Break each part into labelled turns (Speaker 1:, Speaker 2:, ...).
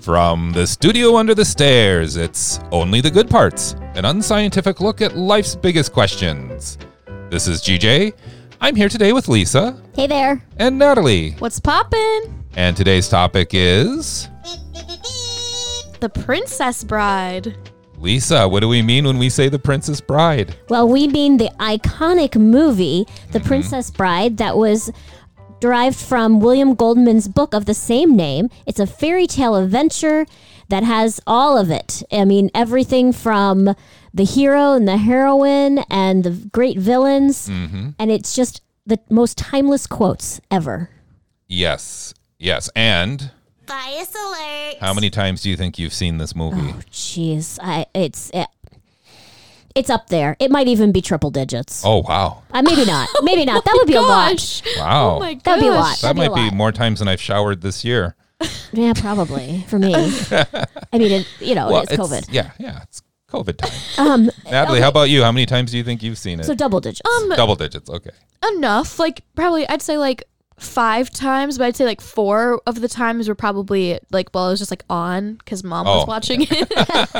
Speaker 1: From the studio under the stairs, it's Only the Good Parts, an unscientific look at life's biggest questions. This is GJ. I'm here today with Lisa
Speaker 2: Hey there.
Speaker 1: and Natalie.
Speaker 3: What's poppin'?
Speaker 1: And today's topic is
Speaker 3: The Princess Bride.
Speaker 1: Lisa, what do we mean when we say the Princess Bride?
Speaker 2: Well, we mean the iconic movie, The Princess Bride, that was derived from William Goldman's book of the same name. It's a fairy tale adventure that has all of it. I mean, everything from the hero and the heroine and the great villains. And it's just the most timeless quotes ever.
Speaker 1: Yes, yes. And
Speaker 4: Bias alert.
Speaker 1: how many times do you think you've seen this movie?
Speaker 2: Oh, Jeez, I, it's. It, it's up there. It might even be triple digits.
Speaker 1: Oh, wow.
Speaker 2: Uh, maybe not. Maybe not. That would be a lot.
Speaker 3: Gosh.
Speaker 1: Wow.
Speaker 3: Oh my gosh.
Speaker 2: That'd be a lot.
Speaker 1: that
Speaker 2: That'd
Speaker 1: might
Speaker 2: be,
Speaker 1: be
Speaker 2: a lot.
Speaker 1: more times than I've showered this year.
Speaker 2: Yeah, probably for me. I mean, it, you know, it's COVID.
Speaker 1: Yeah, yeah, it's COVID time.
Speaker 2: Um,
Speaker 1: Natalie, how about you? How many times do you think you've seen it?
Speaker 2: so double digits.
Speaker 3: Um,
Speaker 1: Double digits. Okay.
Speaker 3: enough. Like, probably, I'd say like five times, but I'd say like four of the times were probably like, well, it was just like on because mom
Speaker 1: Oh,
Speaker 3: was watching it.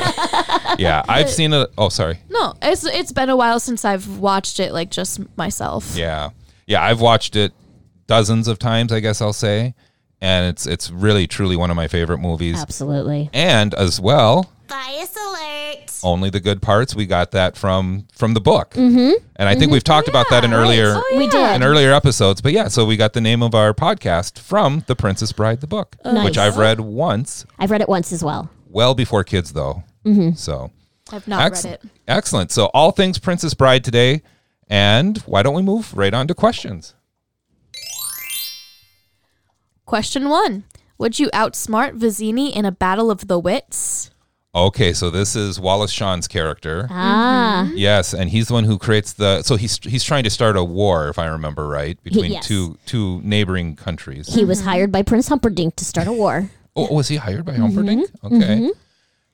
Speaker 1: Yeah, I've seen it. Oh, sorry.
Speaker 3: no, it's it's been a while since I've watched it, like just myself.
Speaker 1: Yeah, yeah, I've watched it dozens of times. I guess I'll say, and it's it's really truly one of my favorite movies.
Speaker 2: Absolutely.
Speaker 1: And as well,
Speaker 4: Bias alert.
Speaker 1: only the good parts. We got that from from the book, mm-hmm. oh, and I think we've talked about that in earlier
Speaker 2: We
Speaker 1: in
Speaker 2: did.
Speaker 1: earlier episodes. But yeah, so we got the name of our podcast from The Princess Bride, the book, which
Speaker 2: Nice.
Speaker 1: I've read once,
Speaker 2: I've read it once as well.
Speaker 1: well before kids though. Mm-hmm. So
Speaker 3: I've not
Speaker 1: Excellent.
Speaker 3: read it.
Speaker 1: Excellent. So all things Princess Bride today, and why don't we move right on to questions?
Speaker 3: Question one Would you outsmart Vizini in a battle of the wits?
Speaker 1: Okay, so this is Wallace Shawn's character.
Speaker 2: Ah,
Speaker 1: Yes, and he's the one who creates the. So he's he's trying to start a war, if I remember right, between
Speaker 2: yes.
Speaker 1: two two neighboring countries.
Speaker 4: Mm-hmm.
Speaker 2: he was hired by Prince Humperdinck to start a war.
Speaker 1: oh, was he hired by Humperdinck?
Speaker 2: Mm-hmm,
Speaker 1: Okay.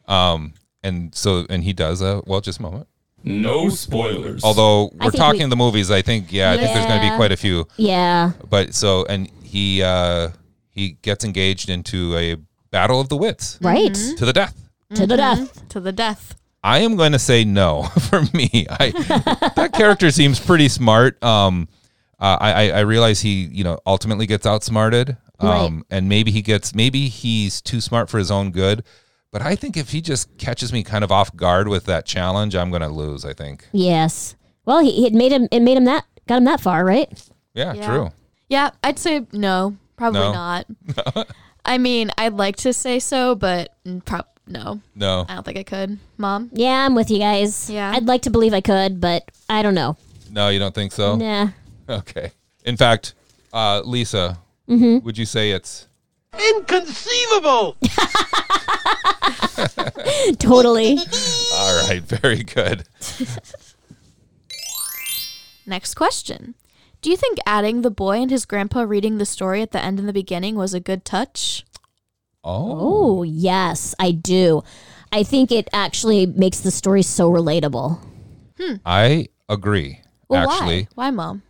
Speaker 1: Um, and so and he does a well, just a moment.
Speaker 5: No spoilers.
Speaker 1: Although we're
Speaker 2: think
Speaker 1: talking
Speaker 2: we-
Speaker 1: the movies, I think yeah, I think there's going to be
Speaker 2: Yeah.
Speaker 1: quite a few.
Speaker 2: Yeah,
Speaker 4: Mm-hmm.
Speaker 1: But so and he uh he gets engaged into a battle of the wits
Speaker 2: right.
Speaker 1: to the death.
Speaker 2: To the
Speaker 4: Mm-hmm.
Speaker 2: death.
Speaker 3: To the death.
Speaker 1: I am going to say no for me. I, that character seems pretty smart. Um, uh, I, I I realize he, you know, ultimately gets outsmarted. Um, and maybe he gets, maybe he's too smart for his own good. But I think if he just catches me kind of off guard with that challenge, I'm going to lose. I think.
Speaker 2: Yes. Well, he, he had made him. It made him that. Got him that far, right?
Speaker 1: Yeah,
Speaker 3: Yeah.
Speaker 1: true.
Speaker 3: Yeah, I'd say no. Probably
Speaker 1: No.
Speaker 3: not. I mean, I'd like to say so, but prob- no.
Speaker 1: No,
Speaker 3: I don't think I could. Mom?
Speaker 2: Yeah, I'm with you guys.
Speaker 3: Yeah.
Speaker 2: I'd like to believe I could, but I don't know.
Speaker 1: no, you don't think so.
Speaker 2: Nah.
Speaker 1: Okay. In fact, uh, Lisa, would you say it's
Speaker 6: Inconceivable!
Speaker 2: totally.
Speaker 1: all right? Very good.
Speaker 3: Next question. Do you think adding the boy and his grandpa reading the story at the end and the beginning was a good touch?
Speaker 1: Oh,
Speaker 2: Oh yes, I do. I think it actually makes the story so relatable.
Speaker 1: I agree.
Speaker 3: Well,
Speaker 1: actually,
Speaker 3: why? Why, mom?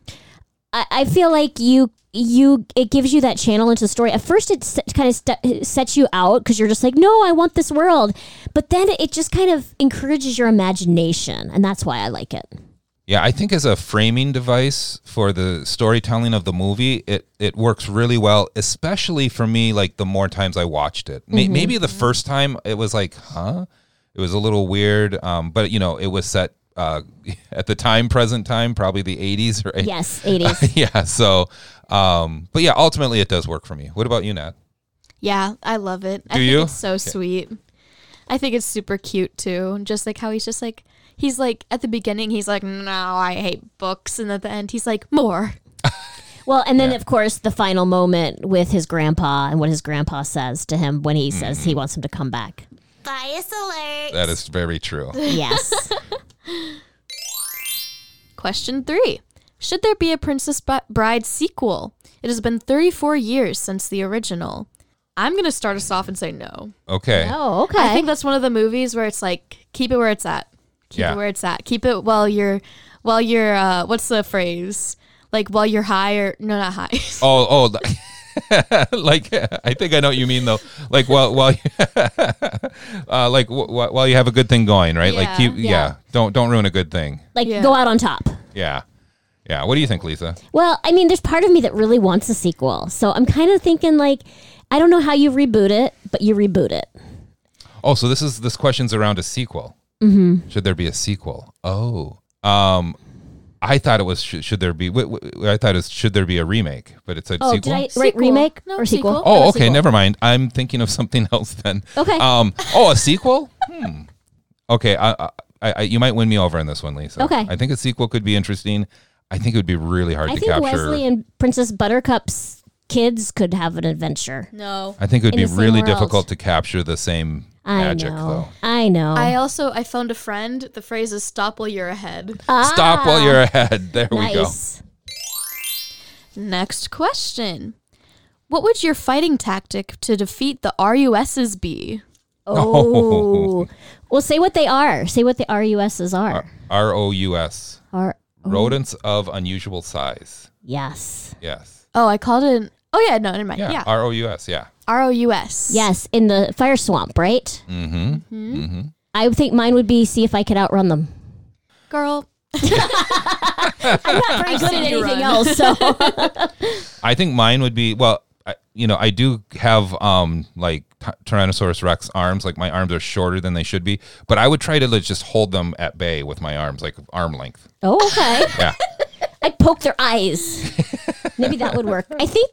Speaker 2: I, I feel like you you it gives you that channel into the story. At first, it set, kind of st- sets you out because you're just like, no, I want this world. But then it just kind of encourages your imagination, and that's why I like it.
Speaker 1: Yeah, I think as a framing device for the storytelling of the movie, it it works really well, especially for me. Like the more times I watched it, May maybe the first time it was like, huh, it was a little weird. Um, but you know, it was set uh, at the time, present time, probably the '80s, right?
Speaker 2: Yes, 80s.
Speaker 1: yeah. So, um, but yeah, ultimately it does work for me. What about you, Nat?
Speaker 3: Yeah, I love it. I
Speaker 1: Do
Speaker 3: think
Speaker 1: you?
Speaker 3: it's so sweet. I think it's super cute too. Just like how he's just like he's like at the beginning he's like, No, I hate books and at the end he's like, More.
Speaker 2: well, and then of course the final moment with his grandpa and what his grandpa says to him when he says he wants him to come back.
Speaker 4: Bias alert.
Speaker 1: That is very true.
Speaker 2: Yes.
Speaker 3: Question three. Should there be a Princess Bi- Bride sequel? It has been 34 years since the original. I'm going to start us off and say no.
Speaker 1: Okay.
Speaker 2: oh, okay.
Speaker 3: I think that's one of the movies where it's like, keep it where it's at. Keep
Speaker 1: Yeah.
Speaker 3: it where it's at. Keep it while you're, while you're, uh, what's the phrase? Like while you're high or, no, not high.
Speaker 1: Oh, oh. like I think I know what you mean though. Like while while uh, like w- while you have a good thing going, right? Like
Speaker 3: Yeah.
Speaker 1: keep yeah.
Speaker 2: Yeah.
Speaker 1: Don't don't ruin a good thing.
Speaker 2: Like
Speaker 3: Yeah.
Speaker 2: go out on top.
Speaker 1: Yeah. Yeah. What do you think, Lisa?
Speaker 2: Well, I mean, there's part of me that really wants a sequel. So I'm kind of thinking like, I don't know how you reboot it, but you reboot it.
Speaker 1: Oh, so this is this question's around a sequel. Mm-hmm. Should there be a sequel? Oh, um, I thought it was should, should there be? Wh- wh- I thought it was should there be a remake? But it's a
Speaker 2: Oh,
Speaker 1: sequel.
Speaker 2: did I write
Speaker 3: Sequel.
Speaker 2: remake
Speaker 3: No,
Speaker 2: or sequel?
Speaker 3: sequel.
Speaker 1: oh,
Speaker 2: a
Speaker 1: okay,
Speaker 2: sequel.
Speaker 1: never mind. I'm thinking of something else then.
Speaker 2: Okay.
Speaker 1: Um. Oh, a sequel. hmm. Okay. I, I, I, you might win me over on this one, Lisa.
Speaker 2: Okay.
Speaker 1: I think a sequel could be interesting. I think it would be really hard
Speaker 2: I
Speaker 1: to
Speaker 2: think
Speaker 1: capture.
Speaker 2: Wesley and Princess Buttercup's kids could have an adventure.
Speaker 3: No.
Speaker 1: I think it would
Speaker 2: in
Speaker 1: be
Speaker 2: the same
Speaker 1: really
Speaker 2: world.
Speaker 1: difficult to capture the same
Speaker 2: I
Speaker 1: magic,
Speaker 2: know.
Speaker 1: though.
Speaker 2: I know.
Speaker 3: I also I phoned a friend. The phrase is "stop while you're ahead."
Speaker 1: Stop while you're ahead. There we go.
Speaker 2: Ah. nice.
Speaker 3: Next question: What would your fighting tactic to defeat the RUSs be?
Speaker 2: Oh. Well, say what they are. Say what the RUSs are.
Speaker 1: R O U S.
Speaker 2: Are
Speaker 1: Rodents of unusual size.
Speaker 2: yes.
Speaker 1: Yes.
Speaker 3: Oh, I called it. An, oh yeah, no, never mind.
Speaker 1: Yeah.
Speaker 3: Yeah,
Speaker 1: R O U S. Yeah.
Speaker 3: RUS.
Speaker 2: Yes, in the fire swamp, right? Mm-hmm. Mm-hmm. I would think mine would be see if I could outrun them.
Speaker 3: girl.
Speaker 2: Not very good at
Speaker 3: you
Speaker 2: anything
Speaker 3: run.
Speaker 2: else. So
Speaker 1: I think mine would be well. I, you know, I do have um like t- Tyrannosaurus Rex arms. Like my arms are shorter than they should be, but I would try to like, just hold them at bay with my arms, like arm length.
Speaker 2: oh, okay.
Speaker 1: Yeah.
Speaker 2: I poke their eyes. Maybe that would work. I think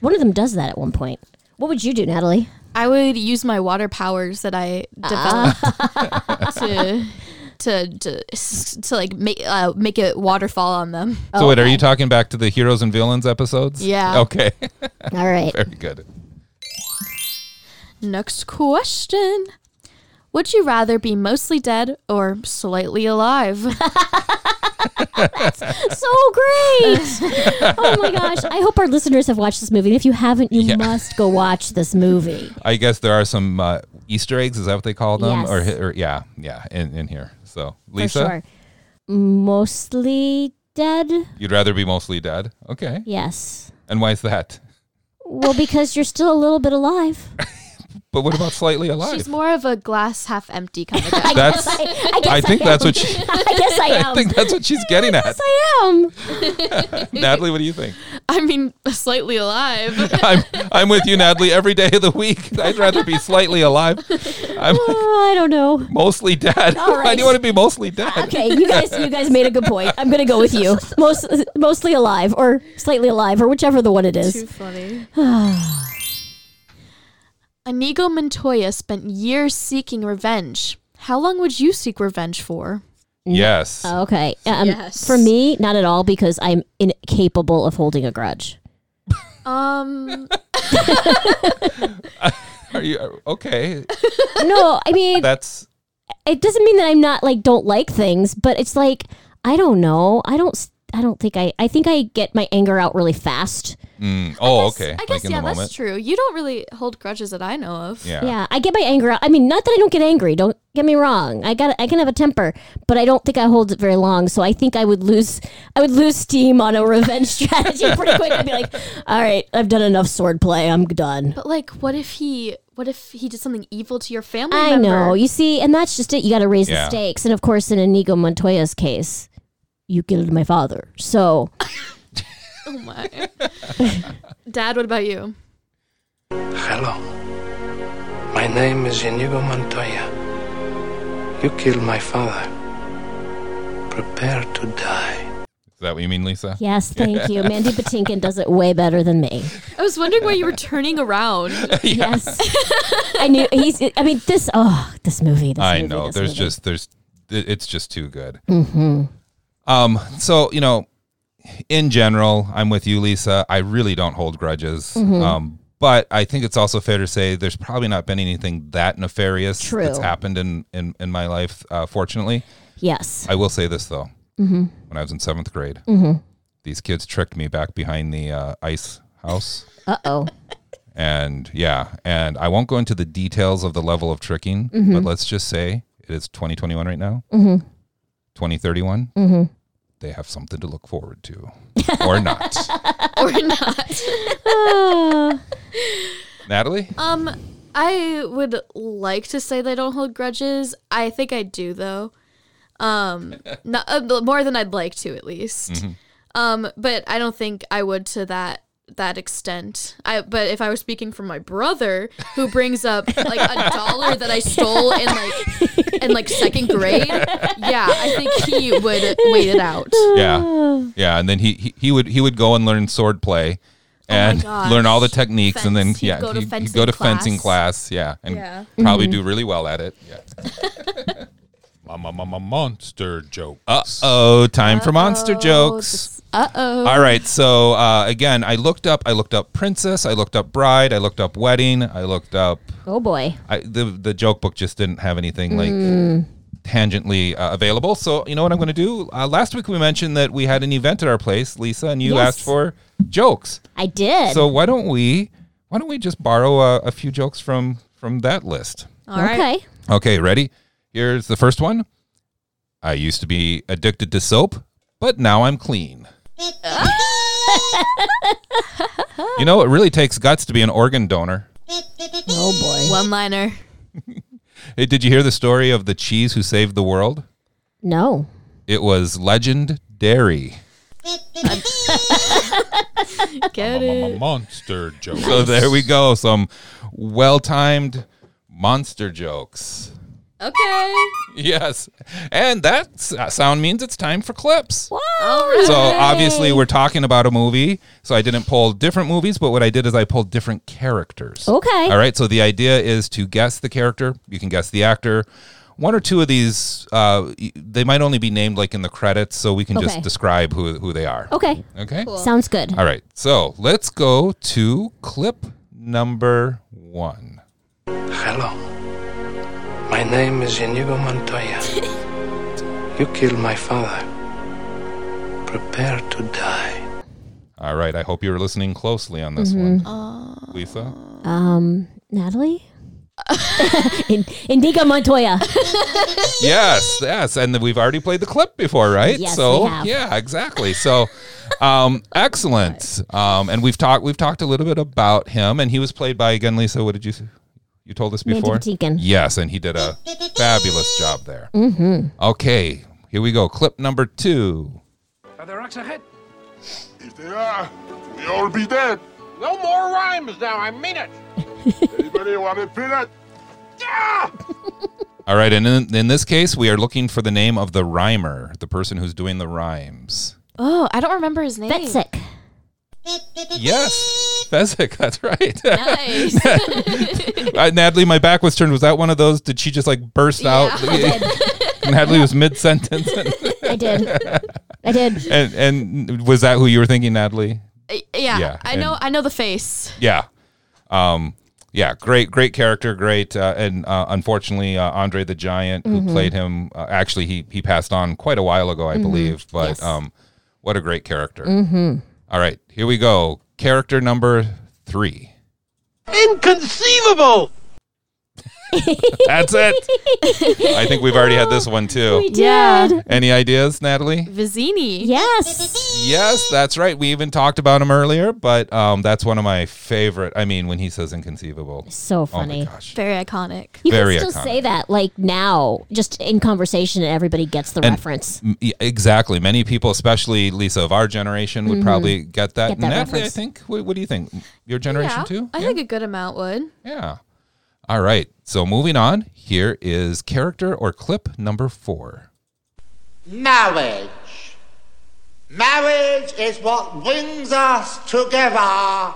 Speaker 2: one of them does that at one point. What would you do, Natalie?
Speaker 3: I would use my water powers that I developed
Speaker 2: Ah.
Speaker 3: to, to to s- to like make uh, make it waterfall on them.
Speaker 1: so wait, are you talking back to the heroes and villains episodes?
Speaker 3: Yeah.
Speaker 1: Okay.
Speaker 2: All right.
Speaker 1: Very good.
Speaker 3: Next question. Would you rather be mostly dead or slightly alive?
Speaker 2: so great. oh my gosh. I hope our listeners have watched this movie. And if you haven't, you
Speaker 1: Yeah.
Speaker 2: must go watch this movie.
Speaker 1: I guess there are some uh, Easter eggs. Is that what they call them?
Speaker 2: Yes.
Speaker 1: Or, hi- or yeah, yeah, in, in here. So Lisa,
Speaker 2: For sure. Mostly dead?
Speaker 1: you'd rather be mostly dead. Okay.
Speaker 2: Yes.
Speaker 1: And why is that?
Speaker 2: Well, because you're still a little bit alive.
Speaker 1: But what about slightly alive?
Speaker 3: She's more of a glass half empty kind of guy.
Speaker 1: that's
Speaker 2: I, I guess
Speaker 1: I think
Speaker 2: am.
Speaker 1: that's what she,
Speaker 2: I guess I am.
Speaker 1: I think that's what she's getting at.
Speaker 2: I am.
Speaker 1: Natalie, what do you think?
Speaker 3: I mean, slightly alive.
Speaker 1: I'm I'm with you, Natalie, every day of the week. I'd rather be slightly alive. I'm
Speaker 2: Oh, I don't know.
Speaker 1: mostly dead.
Speaker 2: All
Speaker 1: Why
Speaker 2: right.
Speaker 1: do you want to be mostly dead?
Speaker 2: Okay, you guys, you guys made a good point. I'm gonna go with you. Most, mostly alive, or slightly alive, or whichever the one it is.
Speaker 3: Too funny. Inigo Montoya spent years seeking revenge. How long would you seek revenge for?
Speaker 1: Yes.
Speaker 3: Uh,
Speaker 2: Okay. Um,
Speaker 3: Yes.
Speaker 2: For me, not at all, because I'm incapable of holding a grudge.
Speaker 3: Um,
Speaker 1: Are you uh, okay?
Speaker 2: No, I mean,
Speaker 1: That's
Speaker 2: it doesn't mean that I'm not like don't like things, but it's like I don't know. I don't. s- I don't think I. I think I get my anger out really fast.
Speaker 1: mm, oh okay.
Speaker 3: I guess yeah, that's true. You don't really hold grudges that I know of.
Speaker 1: Yeah.
Speaker 2: Yeah, I get my anger out. I mean, not that I don't get angry. Don't get me wrong. I got. I can have a temper, but I don't think I hold it very long. So I think I would lose. I would lose steam on a revenge strategy pretty quick. I'd be like, all right, I've done enough sword play. I'm done.
Speaker 3: But like, what if he? What if he did something evil to your family?
Speaker 2: I
Speaker 3: member?
Speaker 2: know. You see, and that's just it. You got to raise
Speaker 1: Yeah.
Speaker 2: the stakes. And of course, in Inigo Montoya's case, you killed my father. So
Speaker 3: Oh my. Dad, what about you?
Speaker 7: Hello. My name is Inigo Montoya. You killed my father. Prepare to die.
Speaker 1: Is that what you mean, Lisa?
Speaker 2: yes, thank you. Mandy Patinkin does it way better than me.
Speaker 3: I was wondering why you were turning around.
Speaker 2: Yes, I knew he's. I mean, this. Oh, this movie. This
Speaker 1: I
Speaker 2: movie,
Speaker 1: know.
Speaker 2: this
Speaker 1: There's
Speaker 2: movie.
Speaker 1: just there's it- it's just too good. Mm-hmm. Um. So you know, in general, I'm with you, Lisa. I really don't hold grudges. Um. But I think it's also fair to say there's probably not been anything that nefarious
Speaker 2: True.
Speaker 1: that's happened in in in my life. Uh, fortunately,
Speaker 2: yes.
Speaker 1: I will say this though. When I was in seventh grade, these kids tricked me back behind the uh, ice house.
Speaker 2: Uh oh.
Speaker 1: And yeah, and I won't go into the details of the level of tricking,
Speaker 3: Mm-hmm.
Speaker 1: but let's just say it is 2021 right now. 2031.
Speaker 3: Mm-hmm.
Speaker 1: They have something to look forward to or not.
Speaker 3: or not.
Speaker 1: Natalie?
Speaker 3: Um, I would like to say that I don't hold grudges. I think I do though. Um, not uh, more than I'd like to at least.
Speaker 1: Mm-hmm.
Speaker 3: Um, but I don't think I would to that that extent. I but if I were speaking from my brother who brings up like a dollar that I stole in like in like second grade, yeah, I think he would wait it out.
Speaker 1: yeah, yeah. And then he, he he would he would go and learn sword play, and
Speaker 3: Oh gosh.
Speaker 1: learn all the techniques, and then
Speaker 3: Fence. He'd
Speaker 1: yeah,
Speaker 3: go to
Speaker 1: he'd, he'd
Speaker 3: fencing
Speaker 1: go to fencing
Speaker 3: class.
Speaker 1: class. Yeah, and
Speaker 3: Yeah. Mm-hmm.
Speaker 1: probably do really well at it. Yeah. Mama, mama, monster joke. Uh oh, time for monster jokes.
Speaker 3: Uh oh.
Speaker 1: All right. So uh, again, I looked up. I looked up princess. I looked up bride. I looked up wedding. I looked up.
Speaker 2: Oh boy.
Speaker 1: I, the the joke book just didn't have anything like tangentially uh, available. So you know what I'm going to do? Uh, last week we mentioned that we had an event at our place, Lisa, and you
Speaker 2: Yes.
Speaker 1: asked for jokes.
Speaker 2: I did.
Speaker 1: So why don't we? Why don't we just borrow a, a few jokes from from that list?
Speaker 3: All right.
Speaker 2: Okay.
Speaker 1: Okay, ready? Here's the first one. I used to be addicted to soap, but now I'm clean. you know, it really takes guts to be an organ donor.
Speaker 2: Oh boy.
Speaker 3: One liner.
Speaker 1: Hey, did you hear the story of the cheese who saved the world?
Speaker 2: No.
Speaker 1: It was legendary.
Speaker 3: Get it.
Speaker 1: monster joke. So there we go. Some well timed monster jokes.
Speaker 3: Okay.
Speaker 1: Yes. And that s- uh, sound means it's time for clips.
Speaker 3: All right.
Speaker 1: So obviously we're talking about a movie. So I didn't pull different movies, but what I did is I pulled different characters.
Speaker 2: Okay.
Speaker 1: All right. So the idea is to guess the character. You can guess the actor. One or two of these, uh, y- they might only be named like in the credits, so we can
Speaker 2: Okay.
Speaker 1: just describe who who they are.
Speaker 2: Okay.
Speaker 1: Okay.
Speaker 2: Sounds good.
Speaker 1: All right. So let's go to clip number one.
Speaker 7: Hello. My name is Inigo Montoya. you killed my father. Prepare to die.
Speaker 1: All right. I hope you were listening closely on this one, Lisa.
Speaker 2: Um, Natalie? In- Indigo Montoya.
Speaker 1: yes, yes, and we've already played the clip before, right?
Speaker 2: Yes,
Speaker 1: so
Speaker 2: we have.
Speaker 1: yeah, exactly. So um excellent. Um and we've talked we've talked a little bit about him and he was played by again Lisa, what did you s- you told us
Speaker 2: Mandy
Speaker 1: before?
Speaker 2: Patinkin.
Speaker 1: Yes, and he did a fabulous job there. Mm-hmm. Okay, here we go. Clip number 2.
Speaker 7: Are there rocks ahead?
Speaker 8: If they are, we all be dead.
Speaker 6: No more rhymes now, I mean it.
Speaker 8: Anybody want a peanut? Ah!
Speaker 1: All right, and in, in this case, we are looking for the name of the rhymer, the person who's doing the rhymes.
Speaker 3: Oh, I don't remember his name.
Speaker 2: Fetzik.
Speaker 1: Yes, Fezzik, that's right.
Speaker 3: Nice.
Speaker 1: Uh, Natalie, my back was turned. Was that one of those? Did she just like burst out? Natalie was mid sentence, and,
Speaker 2: I did. I did.
Speaker 1: and and was that who you were thinking, Natalie?
Speaker 3: Uh, yeah,
Speaker 1: Yeah,
Speaker 3: I know.
Speaker 1: and-
Speaker 3: I know the face.
Speaker 1: Yeah, um, yeah, great, great character, great, uh, and uh, unfortunately, uh, Andre the Giant, who played him, uh, actually he he passed on quite a while ago, I believe. But um, what a great character! All right, here we go. Character number three.
Speaker 6: Inconceivable!
Speaker 1: That's it. I think we've already had this one too.
Speaker 3: Yeah,
Speaker 1: Any ideas, Natalie?
Speaker 3: Vizini.
Speaker 2: Yes.
Speaker 1: Yes, that's right. We even talked about him earlier, but um, that's one of my favorite. I mean, when he says inconceivable.
Speaker 2: So
Speaker 1: Oh my
Speaker 2: funny.
Speaker 1: gosh.
Speaker 3: very iconic.
Speaker 2: You
Speaker 1: Very
Speaker 2: can still
Speaker 1: iconic.
Speaker 2: say that like now, just in conversation, and everybody gets the
Speaker 1: And-
Speaker 2: reference.
Speaker 1: M- yeah, Exactly. Many people, especially Lisa of our generation, would probably get that.
Speaker 2: Mm-hmm. Get that
Speaker 1: Natalie, I
Speaker 2: reference.
Speaker 1: think. What, what do you think? Your generation too?
Speaker 3: I think a good amount would.
Speaker 1: Yeah. All right. So moving on, here is character or clip number four.
Speaker 9: Marriage. Marriage is what brings us together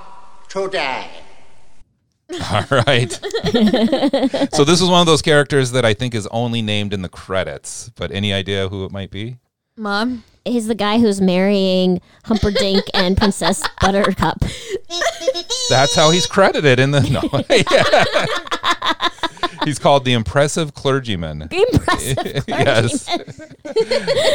Speaker 9: today.
Speaker 1: All right. so this is one of those characters that I think is only named in the credits. But any idea who it might be?
Speaker 3: Mom,
Speaker 2: He's the guy who's marrying Humperdinck and Princess Buttercup.
Speaker 1: That's how he's credited in the no. he's called the impressive clergyman.
Speaker 2: Impressive.
Speaker 1: yes.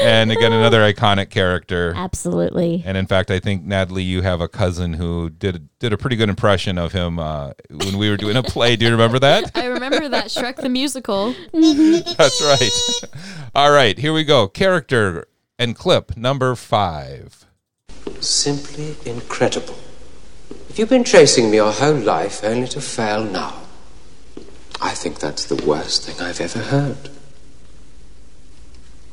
Speaker 1: and again, another iconic character.
Speaker 2: Absolutely.
Speaker 1: And in fact, I think Natalie, you have a cousin who did did a pretty good impression of him uh, when we were doing a play. Do you remember that?
Speaker 3: I remember that Shrek the musical.
Speaker 1: That's right. All right, here we go. Character and clip number five.
Speaker 7: Simply incredible. You've been chasing me your whole life only to fail now. I think that's the worst thing I've ever heard.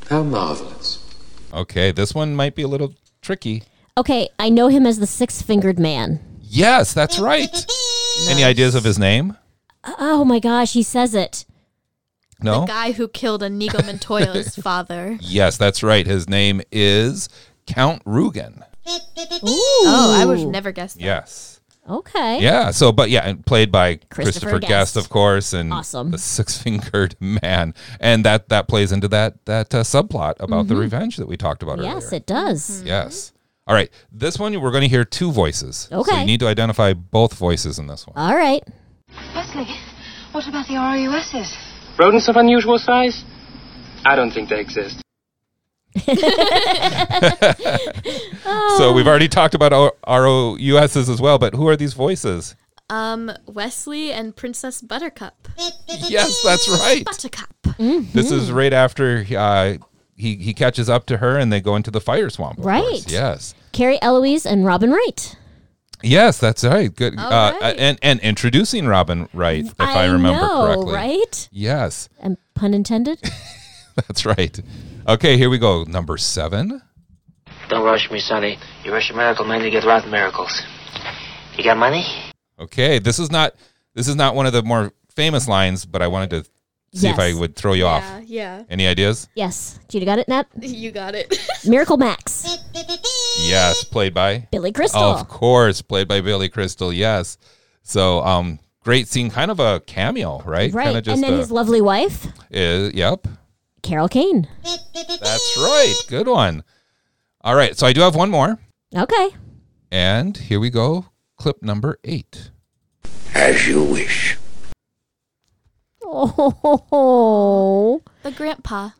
Speaker 7: How marvelous.
Speaker 1: Okay, this one might be a little tricky.
Speaker 2: Okay, I know him as the six fingered man.
Speaker 1: Yes, that's right. Any ideas of his name?
Speaker 2: Oh my gosh, he says it.
Speaker 1: No.
Speaker 3: The guy who killed Inigo Montoya's father.
Speaker 1: Yes, that's right. His name is Count Rugen.
Speaker 3: Oh, I would have never guessed that.
Speaker 1: Yes.
Speaker 2: Okay.
Speaker 1: Yeah. So, but yeah, and played by Christopher,
Speaker 2: Christopher
Speaker 1: Guest.
Speaker 2: Guest.
Speaker 1: of course, and
Speaker 2: Awesome.
Speaker 1: the six-fingered man, and that that plays into that that uh, subplot about the revenge that we talked about earlier.
Speaker 2: Mm-hmm. Yes, it
Speaker 3: Mm-hmm.
Speaker 2: does.
Speaker 1: Yes. All right. This one we're going to hear two voices. So
Speaker 2: Okay.
Speaker 1: you need to identify both voices in this one.
Speaker 2: All right.
Speaker 10: Leslie, what about the RUSs?
Speaker 7: Rodents of unusual size? I don't think they exist.
Speaker 1: So
Speaker 2: Oh.
Speaker 1: we've already talked about our ROUSs as well, but who are these voices?
Speaker 3: Um, Wesley and Princess Buttercup.
Speaker 1: Yes, that's right.
Speaker 3: Buttercup.
Speaker 1: This is right after uh, he he catches up to her and they go into the fire swamp. of course.
Speaker 2: Right.
Speaker 1: Yes.
Speaker 2: Carrie Eloise and Robin Wright.
Speaker 1: Yes, that's right. Good.
Speaker 3: All
Speaker 1: uh,
Speaker 3: right.
Speaker 1: And and introducing Robin Wright, if I, remember
Speaker 2: know,
Speaker 1: correctly.
Speaker 2: right?
Speaker 1: Yes,
Speaker 2: And pun intended.
Speaker 1: that's right. Okay, here we go. Number seven.
Speaker 11: Don't rush me, Sonny. You rush a miracle, man, you get rotten miracles. You got money?
Speaker 1: Okay, this is not this is not one of the more famous lines, but I wanted to see if
Speaker 2: Yes.
Speaker 1: I would throw you
Speaker 3: Yeah,
Speaker 1: off.
Speaker 3: yeah.
Speaker 1: Any ideas?
Speaker 2: yes. Judy got it, Nat?
Speaker 3: You got it.
Speaker 2: Miracle Max.
Speaker 1: Yes, played by
Speaker 2: Billy Crystal.
Speaker 1: Of course, played by Billy Crystal. Yes. So, um, great scene, kind of a cameo, right?
Speaker 2: Right.
Speaker 1: Kind of just.
Speaker 2: and then
Speaker 1: a-
Speaker 2: his lovely wife,
Speaker 1: uh, yep,
Speaker 2: Carol Kane.
Speaker 1: that's right. Good one. All right, so I do have one more,
Speaker 2: Okay.
Speaker 1: and here we go. Clip number eight.
Speaker 9: As you wish.
Speaker 2: Oh.
Speaker 3: the grandpa.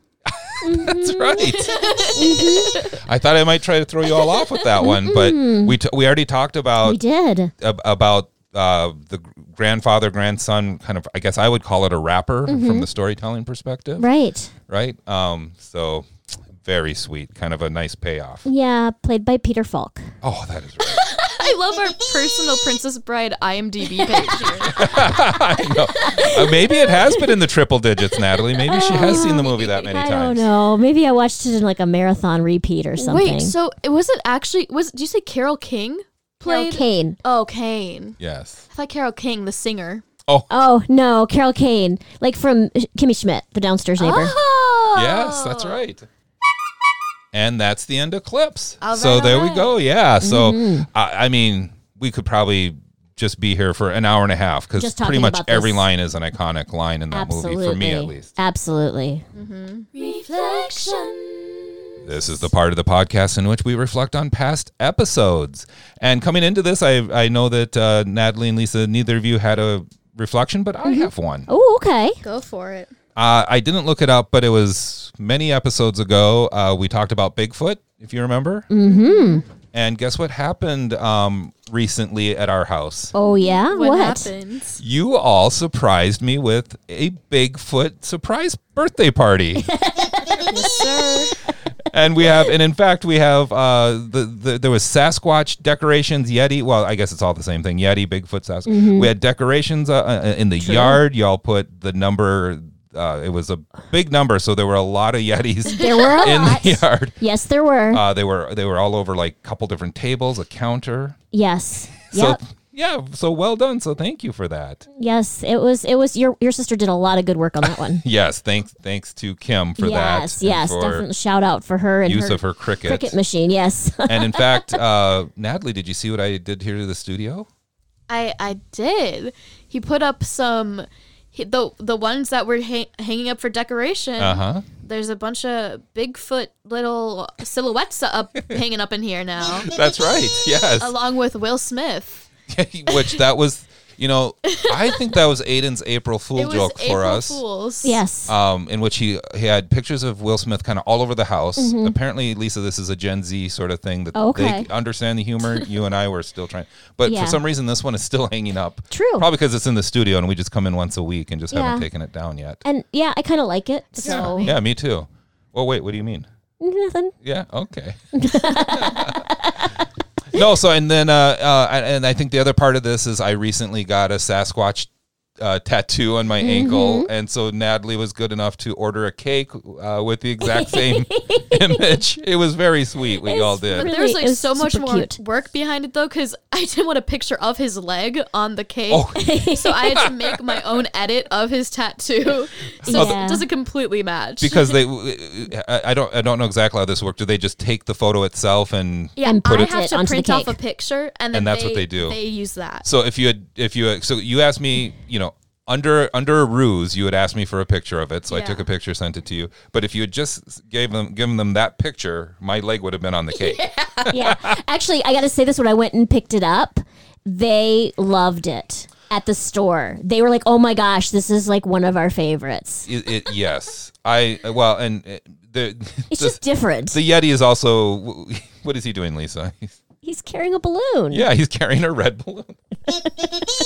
Speaker 2: Mm-hmm.
Speaker 1: That's right. Mm-hmm. I thought I might try to throw you all off with that one, but we t- we already talked
Speaker 2: We
Speaker 1: about
Speaker 2: did.
Speaker 1: ab- about uh, the grandfather grandson kind of. I guess I would call it a wrapper from the storytelling perspective.
Speaker 2: Mm-hmm. Right.
Speaker 1: right? Um, so very sweet, kind of a nice payoff.
Speaker 2: Yeah, played by Peter Falk.
Speaker 1: Oh, that is right.
Speaker 3: I love our personal Princess Bride IMDb page here.
Speaker 1: Uh, maybe it has been in the triple digits, Natalie. Maybe she has seen the movie that many
Speaker 2: Oh, I don't
Speaker 1: times.
Speaker 2: know. Maybe I watched it in like a marathon repeat or something.
Speaker 3: Wait, so it was it actually was? Do you say Carol King
Speaker 2: Carol
Speaker 3: played?
Speaker 2: Kane.
Speaker 3: Oh, Kane.
Speaker 1: Yes.
Speaker 3: I thought Carol King, the singer.
Speaker 2: Oh no, Carol Kane, like from Kimmy Schmidt, the downstairs neighbor.
Speaker 3: Oh,
Speaker 1: Yes, that's right. And that's the end of clips.
Speaker 3: All
Speaker 1: so
Speaker 3: right,
Speaker 1: there
Speaker 3: all
Speaker 1: we
Speaker 3: right.
Speaker 1: go. Yeah. So I, I mean, we could probably just be here for an hour and a half because
Speaker 2: Just
Speaker 1: pretty
Speaker 2: talking
Speaker 1: much
Speaker 2: about
Speaker 1: every
Speaker 2: this.
Speaker 1: line is an iconic line in that
Speaker 2: Absolutely,
Speaker 1: movie for me at least.
Speaker 2: Absolutely.
Speaker 1: This is the part of the podcast in which we reflect on past episodes. And coming into this, I, I know that uh, Natalie and Lisa, neither of you had a reflection, but I have one.
Speaker 2: Oh, okay.
Speaker 3: Go for it.
Speaker 1: Uh, I didn't look it up, but it was many episodes ago. Uh, we talked about Bigfoot, if you remember. Mm-hmm. And guess what happened um, recently at our house?
Speaker 2: Oh yeah.
Speaker 3: What,
Speaker 2: What?
Speaker 3: happens?
Speaker 1: You all surprised me with a Bigfoot surprise birthday party. and we have, and in fact, we have uh, the, the there was Sasquatch decorations, Yeti. Well, I guess it's all the same thing: Yeti, Bigfoot, Sasquatch.
Speaker 2: Mm-hmm.
Speaker 1: We had decorations uh, uh, in the yard. Y'all put the number. Uh, it was a big number, so there were a lot of Yetis
Speaker 2: There were a
Speaker 1: in
Speaker 2: lot.
Speaker 1: the yard.
Speaker 2: Yes, there were.
Speaker 1: Uh, they were they were all over like a couple different tables, a counter.
Speaker 2: yes. Yep.
Speaker 1: So yeah, so well done. So thank you for that.
Speaker 2: yes. It was. It was. Your your sister did a lot of good work on that one.
Speaker 1: Yes, thanks thanks to Kim for that.
Speaker 2: yes.
Speaker 1: and
Speaker 2: Yes.
Speaker 1: for
Speaker 2: Definitely. Shout out for her and
Speaker 1: use
Speaker 2: her
Speaker 1: of her cricket.
Speaker 2: cricket machine. Yes.
Speaker 1: and in fact, uh, Natalie, did you see what I did here to the studio?
Speaker 3: I I did. He put up some he, the the ones that were hang, hanging up for decoration.
Speaker 1: Uh huh.
Speaker 3: There's a bunch of Bigfoot little silhouettes up hanging up in here now,
Speaker 1: That's right. Yes.
Speaker 3: along with Will Smith.
Speaker 1: Which that was, you know, I think that was Aiden's April Fool
Speaker 3: it was
Speaker 1: joke
Speaker 3: April
Speaker 1: for us.
Speaker 3: Fools.
Speaker 2: yes.
Speaker 1: Um, in which he, he had pictures of Will Smith kind of all over the house. Apparently, Lisa, this is a Gen Z sort of thing that
Speaker 2: Mm-hmm. Okay.
Speaker 1: they understand the humor. You and I were still trying, but
Speaker 2: Yeah.
Speaker 1: for some reason, this one is still hanging up.
Speaker 2: True.
Speaker 1: Probably because it's in the studio and we just come in once a week and just haven't
Speaker 2: Yeah.
Speaker 1: taken it down yet.
Speaker 2: and yeah, I kind of like it. So
Speaker 1: Yeah, me too. Oh, Well, wait, what do you mean?
Speaker 2: nothing.
Speaker 1: Yeah, okay. no, so and then uh, uh, and I think the other part of this is I recently got a Sasquatch uh, tattoo on my ankle, and so Natalie was good enough to order a cake uh, with the exact same image. It was very sweet. We all did.
Speaker 3: There's like
Speaker 2: is
Speaker 3: so much
Speaker 2: super
Speaker 3: more
Speaker 2: cute.
Speaker 3: work behind it though, because I didn't want a picture of his leg on the cake,
Speaker 1: Oh.
Speaker 3: so I had to make my own edit of his tattoo, so
Speaker 2: Yeah.
Speaker 3: it doesn't completely match.
Speaker 1: Because they, I I don't, I don't know exactly how this worked. Do they just take the photo itself and
Speaker 3: yeah,
Speaker 2: And put
Speaker 3: I
Speaker 2: it
Speaker 3: have to
Speaker 2: onto the
Speaker 3: print off a
Speaker 2: cake.
Speaker 3: picture, and then
Speaker 1: And that's what they do.
Speaker 3: They use that.
Speaker 1: So if you had, if you, so you asked me, you know, under under a ruse, you had asked me for a picture of it, so I
Speaker 3: Yeah.
Speaker 1: took a picture, sent it to you. But if you had just gave them given them that picture, my leg would have been on the cake.
Speaker 2: yeah. Actually, I got to say this when I went and picked it up, they loved it at the store. They were like, "Oh my gosh, this is like one of our favorites."
Speaker 1: It, it- yes, I well, and uh, the
Speaker 2: It's
Speaker 1: the,
Speaker 2: just different.
Speaker 1: the Yeti is also. What is he doing, Lisa? He's-
Speaker 2: He's carrying a balloon.
Speaker 1: yeah, he's carrying a red balloon.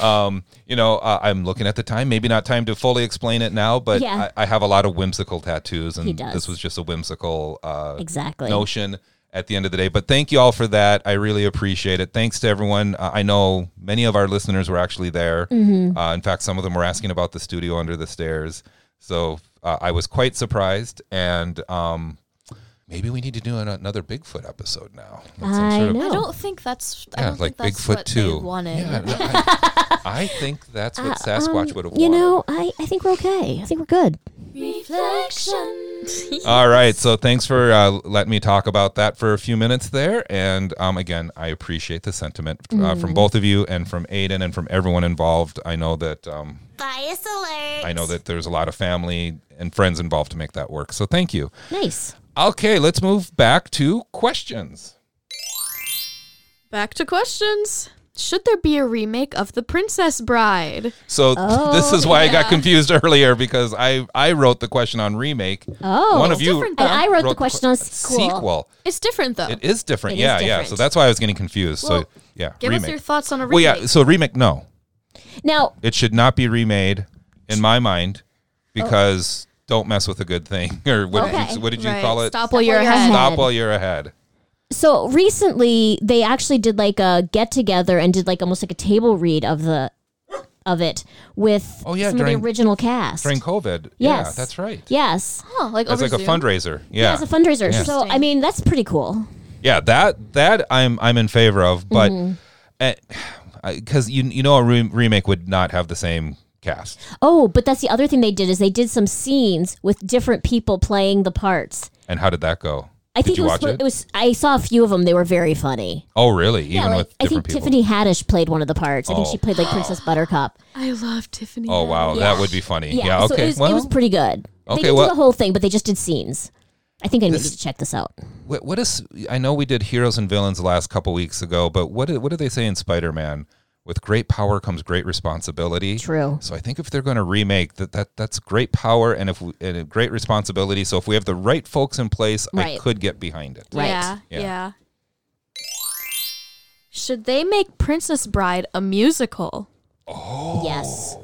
Speaker 1: um, you know, uh, I'm looking at the time. Maybe not time to fully explain it now, but
Speaker 2: Yeah.
Speaker 1: I, I have a lot of whimsical tattoos, and
Speaker 2: He does.
Speaker 1: this was just a whimsical uh,
Speaker 2: Exactly.
Speaker 1: notion at the end of the day. But thank you all for that. I really appreciate it. Thanks to everyone. Uh, I know many of our listeners were actually there.
Speaker 3: Mm-hmm.
Speaker 1: Uh, in fact, some of them were asking about the studio under the stairs. So uh, I was quite surprised. And um, maybe we need to do an, another Bigfoot episode now. Like some
Speaker 2: I
Speaker 1: sort of-
Speaker 2: know.
Speaker 3: I don't think that's. I
Speaker 1: Yeah,
Speaker 3: don't
Speaker 1: like
Speaker 3: think that's
Speaker 1: Bigfoot
Speaker 3: what
Speaker 1: too.
Speaker 3: They wanted. Uh, um,
Speaker 1: Yeah, I, I think that's what Sasquatch would have wanted.
Speaker 2: um, You know, I, I think we're okay. I think we're good.
Speaker 1: All right. So thanks for uh, letting me talk about that for a few minutes there. And um, again, I appreciate the sentiment uh,
Speaker 2: Mm-hmm.
Speaker 1: from both of you and from Aiden and from everyone involved. I know that um,
Speaker 4: Bias alert.
Speaker 1: I know that there's a lot of family and friends involved to make that work. So thank you.
Speaker 2: Nice.
Speaker 1: Okay, let's move back to questions.
Speaker 3: Back to questions. Should there be a remake of The Princess Bride?
Speaker 1: So
Speaker 2: Oh,
Speaker 1: this is why I got confused earlier because I I wrote the question on remake.
Speaker 2: Oh.
Speaker 1: One of you uh,
Speaker 3: different,
Speaker 2: and I wrote the
Speaker 1: wrote
Speaker 2: question on sequel.
Speaker 1: sequel.
Speaker 3: It's different though.
Speaker 1: It is different.
Speaker 2: It is
Speaker 1: yeah, yeah.
Speaker 2: different.
Speaker 1: So that's why I was getting confused. so
Speaker 3: Well,
Speaker 1: yeah,
Speaker 3: Give
Speaker 1: remake.
Speaker 3: us your thoughts on a
Speaker 1: well,
Speaker 3: remake.
Speaker 1: yeah. So remake, no,
Speaker 2: Now,
Speaker 1: it should not be remade in my mind because don't mess with a good thing. Or what did
Speaker 2: Okay.
Speaker 1: you, what did you call it?
Speaker 3: Stop while you're
Speaker 2: while you're
Speaker 3: ahead.
Speaker 1: Stop while you're ahead.
Speaker 2: so recently they actually did like a get together and did like almost like a table read of the of it with
Speaker 1: Oh, yeah,
Speaker 2: some
Speaker 1: during-
Speaker 2: of the original cast.
Speaker 1: During COVID. Yeah,
Speaker 2: Yes.
Speaker 1: that's right.
Speaker 2: Yes.
Speaker 3: Huh, like
Speaker 1: That's
Speaker 3: over
Speaker 1: like a
Speaker 3: Zoom.
Speaker 1: fundraiser.
Speaker 2: Yeah.
Speaker 1: Yeah.
Speaker 2: As a fundraiser.
Speaker 1: Yeah.
Speaker 2: So I mean that's pretty cool.
Speaker 1: Yeah, that that I'm I'm in favor of, but
Speaker 2: Mm-hmm.
Speaker 1: because you you know a re- remake would not have the same cast.
Speaker 2: Oh, but that's the other thing they did is they did some scenes with different people playing the parts.
Speaker 1: And how did that go?
Speaker 2: I
Speaker 1: Did
Speaker 2: think
Speaker 1: you
Speaker 2: it was
Speaker 1: watch it?
Speaker 2: was I saw a few of them. They were very funny.
Speaker 1: Oh, really? Even
Speaker 2: yeah, like,
Speaker 1: with
Speaker 2: I
Speaker 1: different
Speaker 2: think
Speaker 1: people.
Speaker 2: Tiffany Haddish played one of the parts. I think
Speaker 1: Oh.
Speaker 2: she played like Princess Buttercup.
Speaker 3: I love Tiffany.
Speaker 1: oh, wow, that would be funny. Yeah.
Speaker 2: so
Speaker 1: okay.
Speaker 2: it was,
Speaker 1: well,
Speaker 2: it was pretty good.
Speaker 1: okay,
Speaker 2: they didn't
Speaker 1: well-
Speaker 2: do the whole thing, but they just did scenes. I think I need
Speaker 1: This-
Speaker 2: to check this out.
Speaker 1: What, what is? I know we did heroes and villains the last couple weeks ago, but what do- what do they say in Spider Man? With great power comes great responsibility.
Speaker 2: True.
Speaker 1: So I think if they're going to remake that, that that's great power and if we, and a great responsibility. So if we have the right folks in place, I
Speaker 2: Right.
Speaker 1: could get behind it.
Speaker 2: Right.
Speaker 3: Yeah,
Speaker 1: Yeah.
Speaker 3: yeah. Should they make Princess Bride a musical?
Speaker 2: Yes.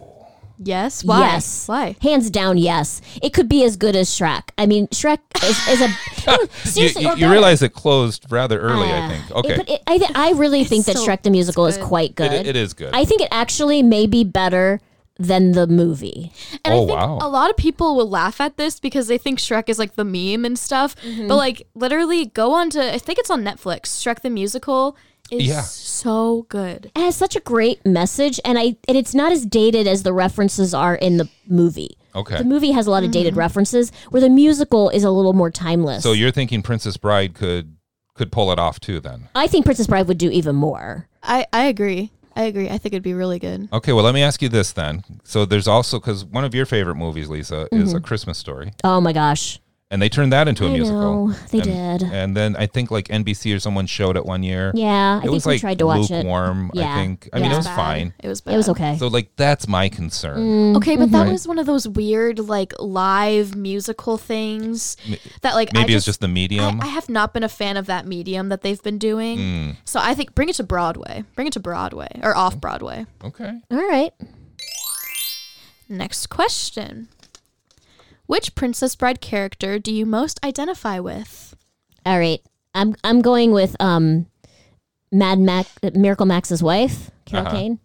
Speaker 3: Yes. Why?
Speaker 2: Yes.
Speaker 3: Why?
Speaker 2: Hands down, yes. It could be as good as Shrek. I mean, Shrek is, is a no,
Speaker 1: You,
Speaker 2: seriously.
Speaker 1: you,
Speaker 2: or
Speaker 1: you
Speaker 2: better.
Speaker 1: realize it closed rather early, I
Speaker 2: Uh,
Speaker 1: think.
Speaker 2: it-
Speaker 1: Okay.
Speaker 2: but it- I, th- I really think that
Speaker 3: so-
Speaker 2: Shrek the musical is
Speaker 3: good.
Speaker 2: quite good.
Speaker 1: it is good.
Speaker 2: I think it actually may be better than the movie.
Speaker 3: And
Speaker 1: Oh,
Speaker 3: I think
Speaker 1: wow.
Speaker 3: a lot of people will laugh at this because they think Shrek is like the meme and stuff. But like literally go on to I think it's on Netflix. Shrek the musical is
Speaker 1: Yeah.
Speaker 3: so good.
Speaker 2: It has such a great message, and I and it's not as dated as the references are in the movie.
Speaker 1: okay.
Speaker 2: The movie has a lot of dated references, where the musical is a little more timeless.
Speaker 1: so you're thinking Princess Bride could could pull it off too then.
Speaker 2: I think Princess Bride would do even more.
Speaker 3: I, I agree. I agree. I think it'd be really good.
Speaker 1: Okay, well let me ask you this then. So there's also cuz one of your favorite movies, Lisa, is
Speaker 2: Mm-hmm.
Speaker 1: A Christmas Story.
Speaker 2: Oh my gosh,
Speaker 1: and they turned that into a
Speaker 2: I
Speaker 1: musical.
Speaker 2: know. They
Speaker 1: and,
Speaker 2: did.
Speaker 1: And then I think like NBC or someone showed it one year.
Speaker 2: yeah, I
Speaker 1: it
Speaker 2: think
Speaker 1: was
Speaker 2: we
Speaker 1: like
Speaker 2: tried to watch
Speaker 1: lukewarm.
Speaker 2: Yeah.
Speaker 1: I think. I mean,
Speaker 2: Yeah.
Speaker 1: it was
Speaker 3: Bad.
Speaker 1: fine.
Speaker 3: It was
Speaker 2: it.
Speaker 3: bad.
Speaker 2: It was okay.
Speaker 1: So like that's my concern.
Speaker 2: Mm,
Speaker 3: Okay, but that
Speaker 1: Right.
Speaker 3: was one of those weird, like live musical things that, like,
Speaker 1: Maybe
Speaker 3: I
Speaker 1: it's just the medium.
Speaker 3: I, I have not been a fan of that medium that they've been doing.
Speaker 1: Mm.
Speaker 3: So I think bring it to Broadway, bring it to Broadway or off Broadway.
Speaker 1: okay.
Speaker 2: All right.
Speaker 3: Next question: Which Princess Bride character do you most identify with?
Speaker 2: All right. I'm I'm going with um Mad Max, Miracle Max's wife, Carol
Speaker 1: Uh-huh.
Speaker 2: Kane,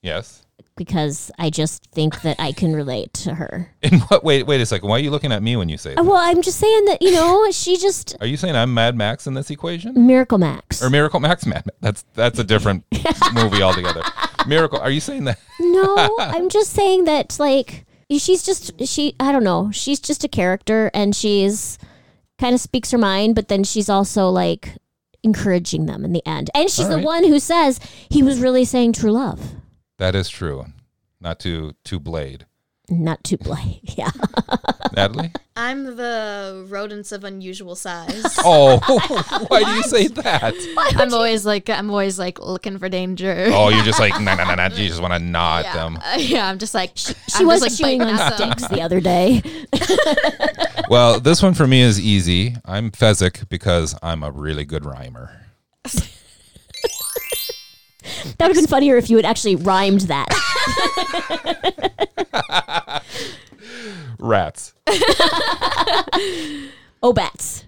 Speaker 1: Yes.
Speaker 2: because I just think that I can relate to her.
Speaker 1: In what? Wait, wait a second. Why are you looking at me when you say that?
Speaker 2: Uh, Well, I'm just saying that you know she just
Speaker 1: Are you saying I'm Mad Max in this equation?
Speaker 2: Miracle Max.
Speaker 1: Or Miracle Max Mad Max? That's that's a different movie altogether. Miracle, are you saying that?
Speaker 2: No, I'm just saying that like she's just she I don't know, she's just a character and she's kind of speaks her mind, but then she's also like encouraging them in the end. And she's
Speaker 1: All
Speaker 2: the
Speaker 1: right.
Speaker 2: one who says he was really saying true love,
Speaker 1: That is true. Not to to Blade,
Speaker 2: not to play. Yeah.
Speaker 1: Natalie.
Speaker 3: I'm the rodents of unusual size.
Speaker 1: Oh, why do you say that?
Speaker 3: I'm always like I'm always like looking for danger.
Speaker 1: Oh, you're just like nah, nah, nah, nah. You just want to gnaw at
Speaker 3: yeah.
Speaker 1: them.
Speaker 3: Uh, yeah, I'm just like she,
Speaker 2: She was chewing on sticks the other day.
Speaker 1: Well, this one for me is easy. I'm Fezzik because I'm a really good rhymer.
Speaker 2: That would have been funnier if you had actually rhymed that.
Speaker 1: Rats.
Speaker 2: Oh bats.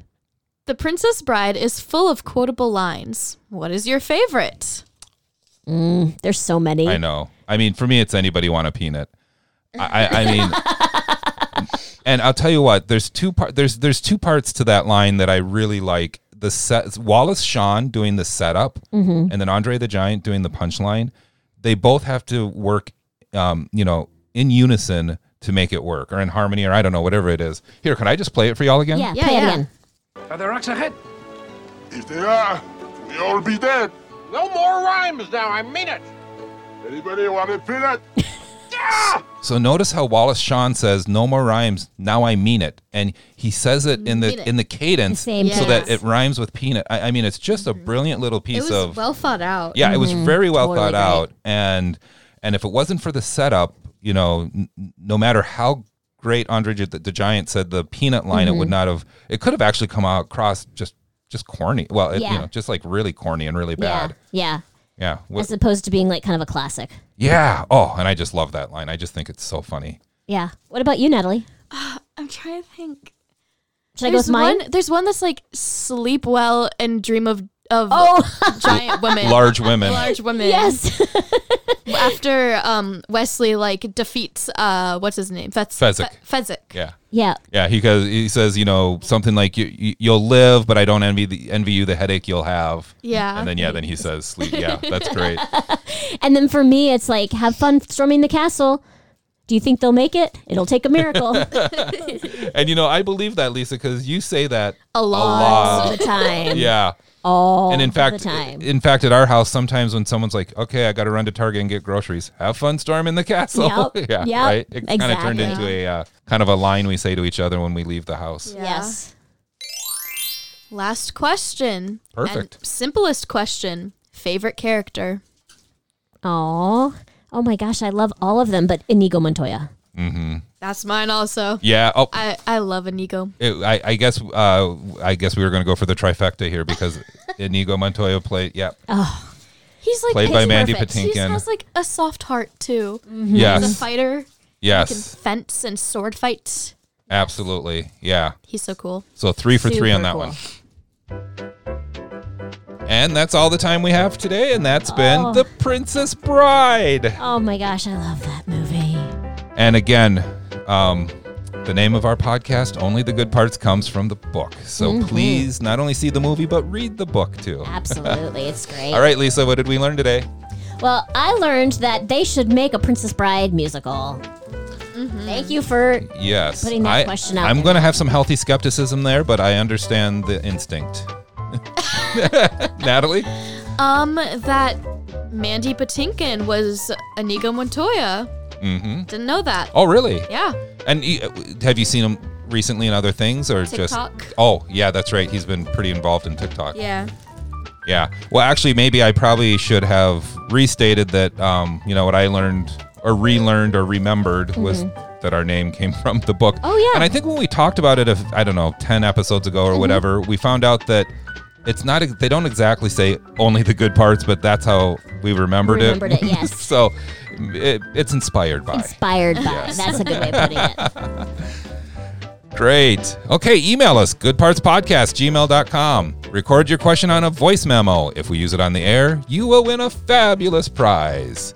Speaker 3: The Princess Bride is full of quotable lines. What is your favorite?
Speaker 2: Mm, There's so many.
Speaker 1: I know. I mean, for me, it's anybody want a peanut. I, I, I mean, and I'll tell you what. There's two part. There's there's two parts to that line that I really like. The set Wallace Shawn doing the setup, and then Andre the Giant doing the punchline. They both have to work, um, you know, in unison to make it work, or in harmony, or I don't know, whatever it is. Here, can I just play it for y'all again?
Speaker 2: Oh, Yeah,
Speaker 3: Yeah,
Speaker 2: play
Speaker 3: yeah.
Speaker 2: it again.
Speaker 5: Are there rocks ahead?
Speaker 8: If they are, we all be dead.
Speaker 6: No more rhymes now, I mean it.
Speaker 8: Anybody want a peanut? Ah!
Speaker 1: So notice how Wallace Shawn says, "No more rhymes. Now I mean it," and he says it in the
Speaker 3: Mean it.
Speaker 1: in the cadence,
Speaker 2: The same
Speaker 1: so that
Speaker 3: Yes.
Speaker 1: it rhymes with peanut. I, I mean, it's just a brilliant little
Speaker 3: Mm-hmm. It
Speaker 1: piece
Speaker 3: was
Speaker 1: of
Speaker 3: well thought out.
Speaker 1: yeah. It was very well
Speaker 2: Mm-hmm. totally
Speaker 1: thought
Speaker 2: great.
Speaker 1: out, and and if it wasn't for the setup, you know, n- no matter how great Andre the, the Giant said the peanut line, it would
Speaker 2: Mm-hmm.
Speaker 1: not have. It could have actually come out across just just corny. Well, it,
Speaker 2: Yeah.
Speaker 1: you know, just like really corny and really bad.
Speaker 2: Yeah.
Speaker 1: Yeah.
Speaker 2: Yeah.
Speaker 1: Wha-
Speaker 2: As opposed to being like kind of a classic.
Speaker 1: yeah. Oh, and I just love that line. I just think it's so funny.
Speaker 2: Yeah. What about you, Natalie?
Speaker 3: I'm trying to think.
Speaker 2: Should I go with mine?
Speaker 3: one there's one that's like sleep well and dream of of
Speaker 2: Oh,
Speaker 3: giant women.
Speaker 1: Large women.
Speaker 3: Large women.
Speaker 2: yes.
Speaker 3: After um Wesley like defeats uh what's his name? Fez-
Speaker 1: Fezzik.
Speaker 3: Fe- Fezzik.
Speaker 1: Yeah.
Speaker 2: yeah.
Speaker 1: Yeah, he goes. He says, you know, something like you, you, "You'll live, but I don't envy the, envy you the headache you'll have."
Speaker 3: Yeah.
Speaker 1: and then yeah, then he says, "Sleep." Yeah, that's great.
Speaker 2: And then for me, it's like, have fun storming the castle. Do you think they'll make it? It'll take a miracle all
Speaker 1: and you know, I believe that Lisa because you say that
Speaker 3: A lot.
Speaker 2: the time.
Speaker 1: Uh, Yeah,
Speaker 2: All
Speaker 1: and in
Speaker 2: the
Speaker 1: fact,
Speaker 2: time.
Speaker 1: in fact, at our house, sometimes when someone's like, "Okay, I got to run to Target and get groceries," have fun storming the castle.
Speaker 2: Yep,
Speaker 1: yeah,
Speaker 2: yep,
Speaker 1: right. It kind of turned
Speaker 2: exactly.
Speaker 1: into a uh, kind of a line we say to each other when we leave the house.
Speaker 3: Yeah.
Speaker 2: yes.
Speaker 3: Last question.
Speaker 1: Perfect.
Speaker 3: And simplest question. Favorite character?
Speaker 2: Oh. Oh my gosh, I love all of them, but Inigo Montoya.
Speaker 3: That's mine also.
Speaker 1: Yeah. Oh,
Speaker 3: I, I love Inigo.
Speaker 1: It, I, I guess uh, I guess we were going to go for the trifecta here because Inigo Montoya played. Yeah,
Speaker 3: He's like
Speaker 1: Played by
Speaker 3: he's
Speaker 1: Mandy
Speaker 3: perfect. He
Speaker 1: Patinkin.
Speaker 3: has like a soft heart too. He's a
Speaker 1: yes,
Speaker 3: fighter. Can
Speaker 1: yes,
Speaker 3: fence and sword fight.
Speaker 1: absolutely, yeah.
Speaker 3: He's so cool.
Speaker 1: So three for three on
Speaker 3: Super
Speaker 1: that
Speaker 3: cool.
Speaker 1: one. And that's all the time we have today, and that's been
Speaker 2: Oh.
Speaker 1: The Princess Bride.
Speaker 2: Oh my gosh, I love that movie.
Speaker 1: And again, um, the name of our podcast, Only the Good Parts, comes from the book. So
Speaker 2: Mm-hmm.
Speaker 1: please not only see the movie, but read the book too.
Speaker 2: Absolutely, it's great.
Speaker 1: All right, Lisa, what did we learn today?
Speaker 2: Well, I learned that they should make a Princess Bride musical. Thank you for
Speaker 1: Yes.
Speaker 2: putting that
Speaker 1: I,
Speaker 2: question out
Speaker 1: I'm
Speaker 2: there.
Speaker 1: going to have some healthy skepticism there, but I understand the instinct. Natalie?
Speaker 3: Um, that Mandy Patinkin was Inigo Montoya.
Speaker 1: Mm-hmm.
Speaker 3: Didn't know that.
Speaker 1: Oh, really?
Speaker 3: Yeah.
Speaker 1: And you- have you seen him recently in other things or just?
Speaker 3: TikTok.
Speaker 1: Oh, yeah, that's right. He's been pretty involved in TikTok.
Speaker 3: Yeah.
Speaker 1: Yeah. Well, actually, maybe I probably should have restated that. Um, you know what I learned or relearned or remembered was that our name came from the book.
Speaker 2: Mm-hmm. Oh, yeah. Mm-hmm.
Speaker 1: And I think when we talked about it, if, I don't know, ten episodes ago or whatever, we found out that it's not. They don't exactly say only the good parts, but that's how we remembered,
Speaker 2: Remembered it, yes.
Speaker 1: so it, it's inspired by.
Speaker 2: inspired by. That's a good way of putting it.
Speaker 1: Great. Okay, email us, goodpartspodcast, gmail.com. Record your question on a voice memo. If we use it on the air, you will win a fabulous prize.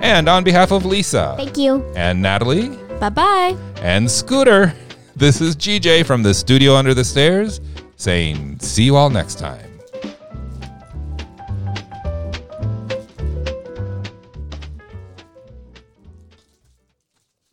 Speaker 1: And on behalf of Lisa.
Speaker 2: Thank you.
Speaker 1: And Natalie.
Speaker 3: Bye bye.
Speaker 1: And Scooter. This is GJ from the studio under the stairs saying, see you all next time.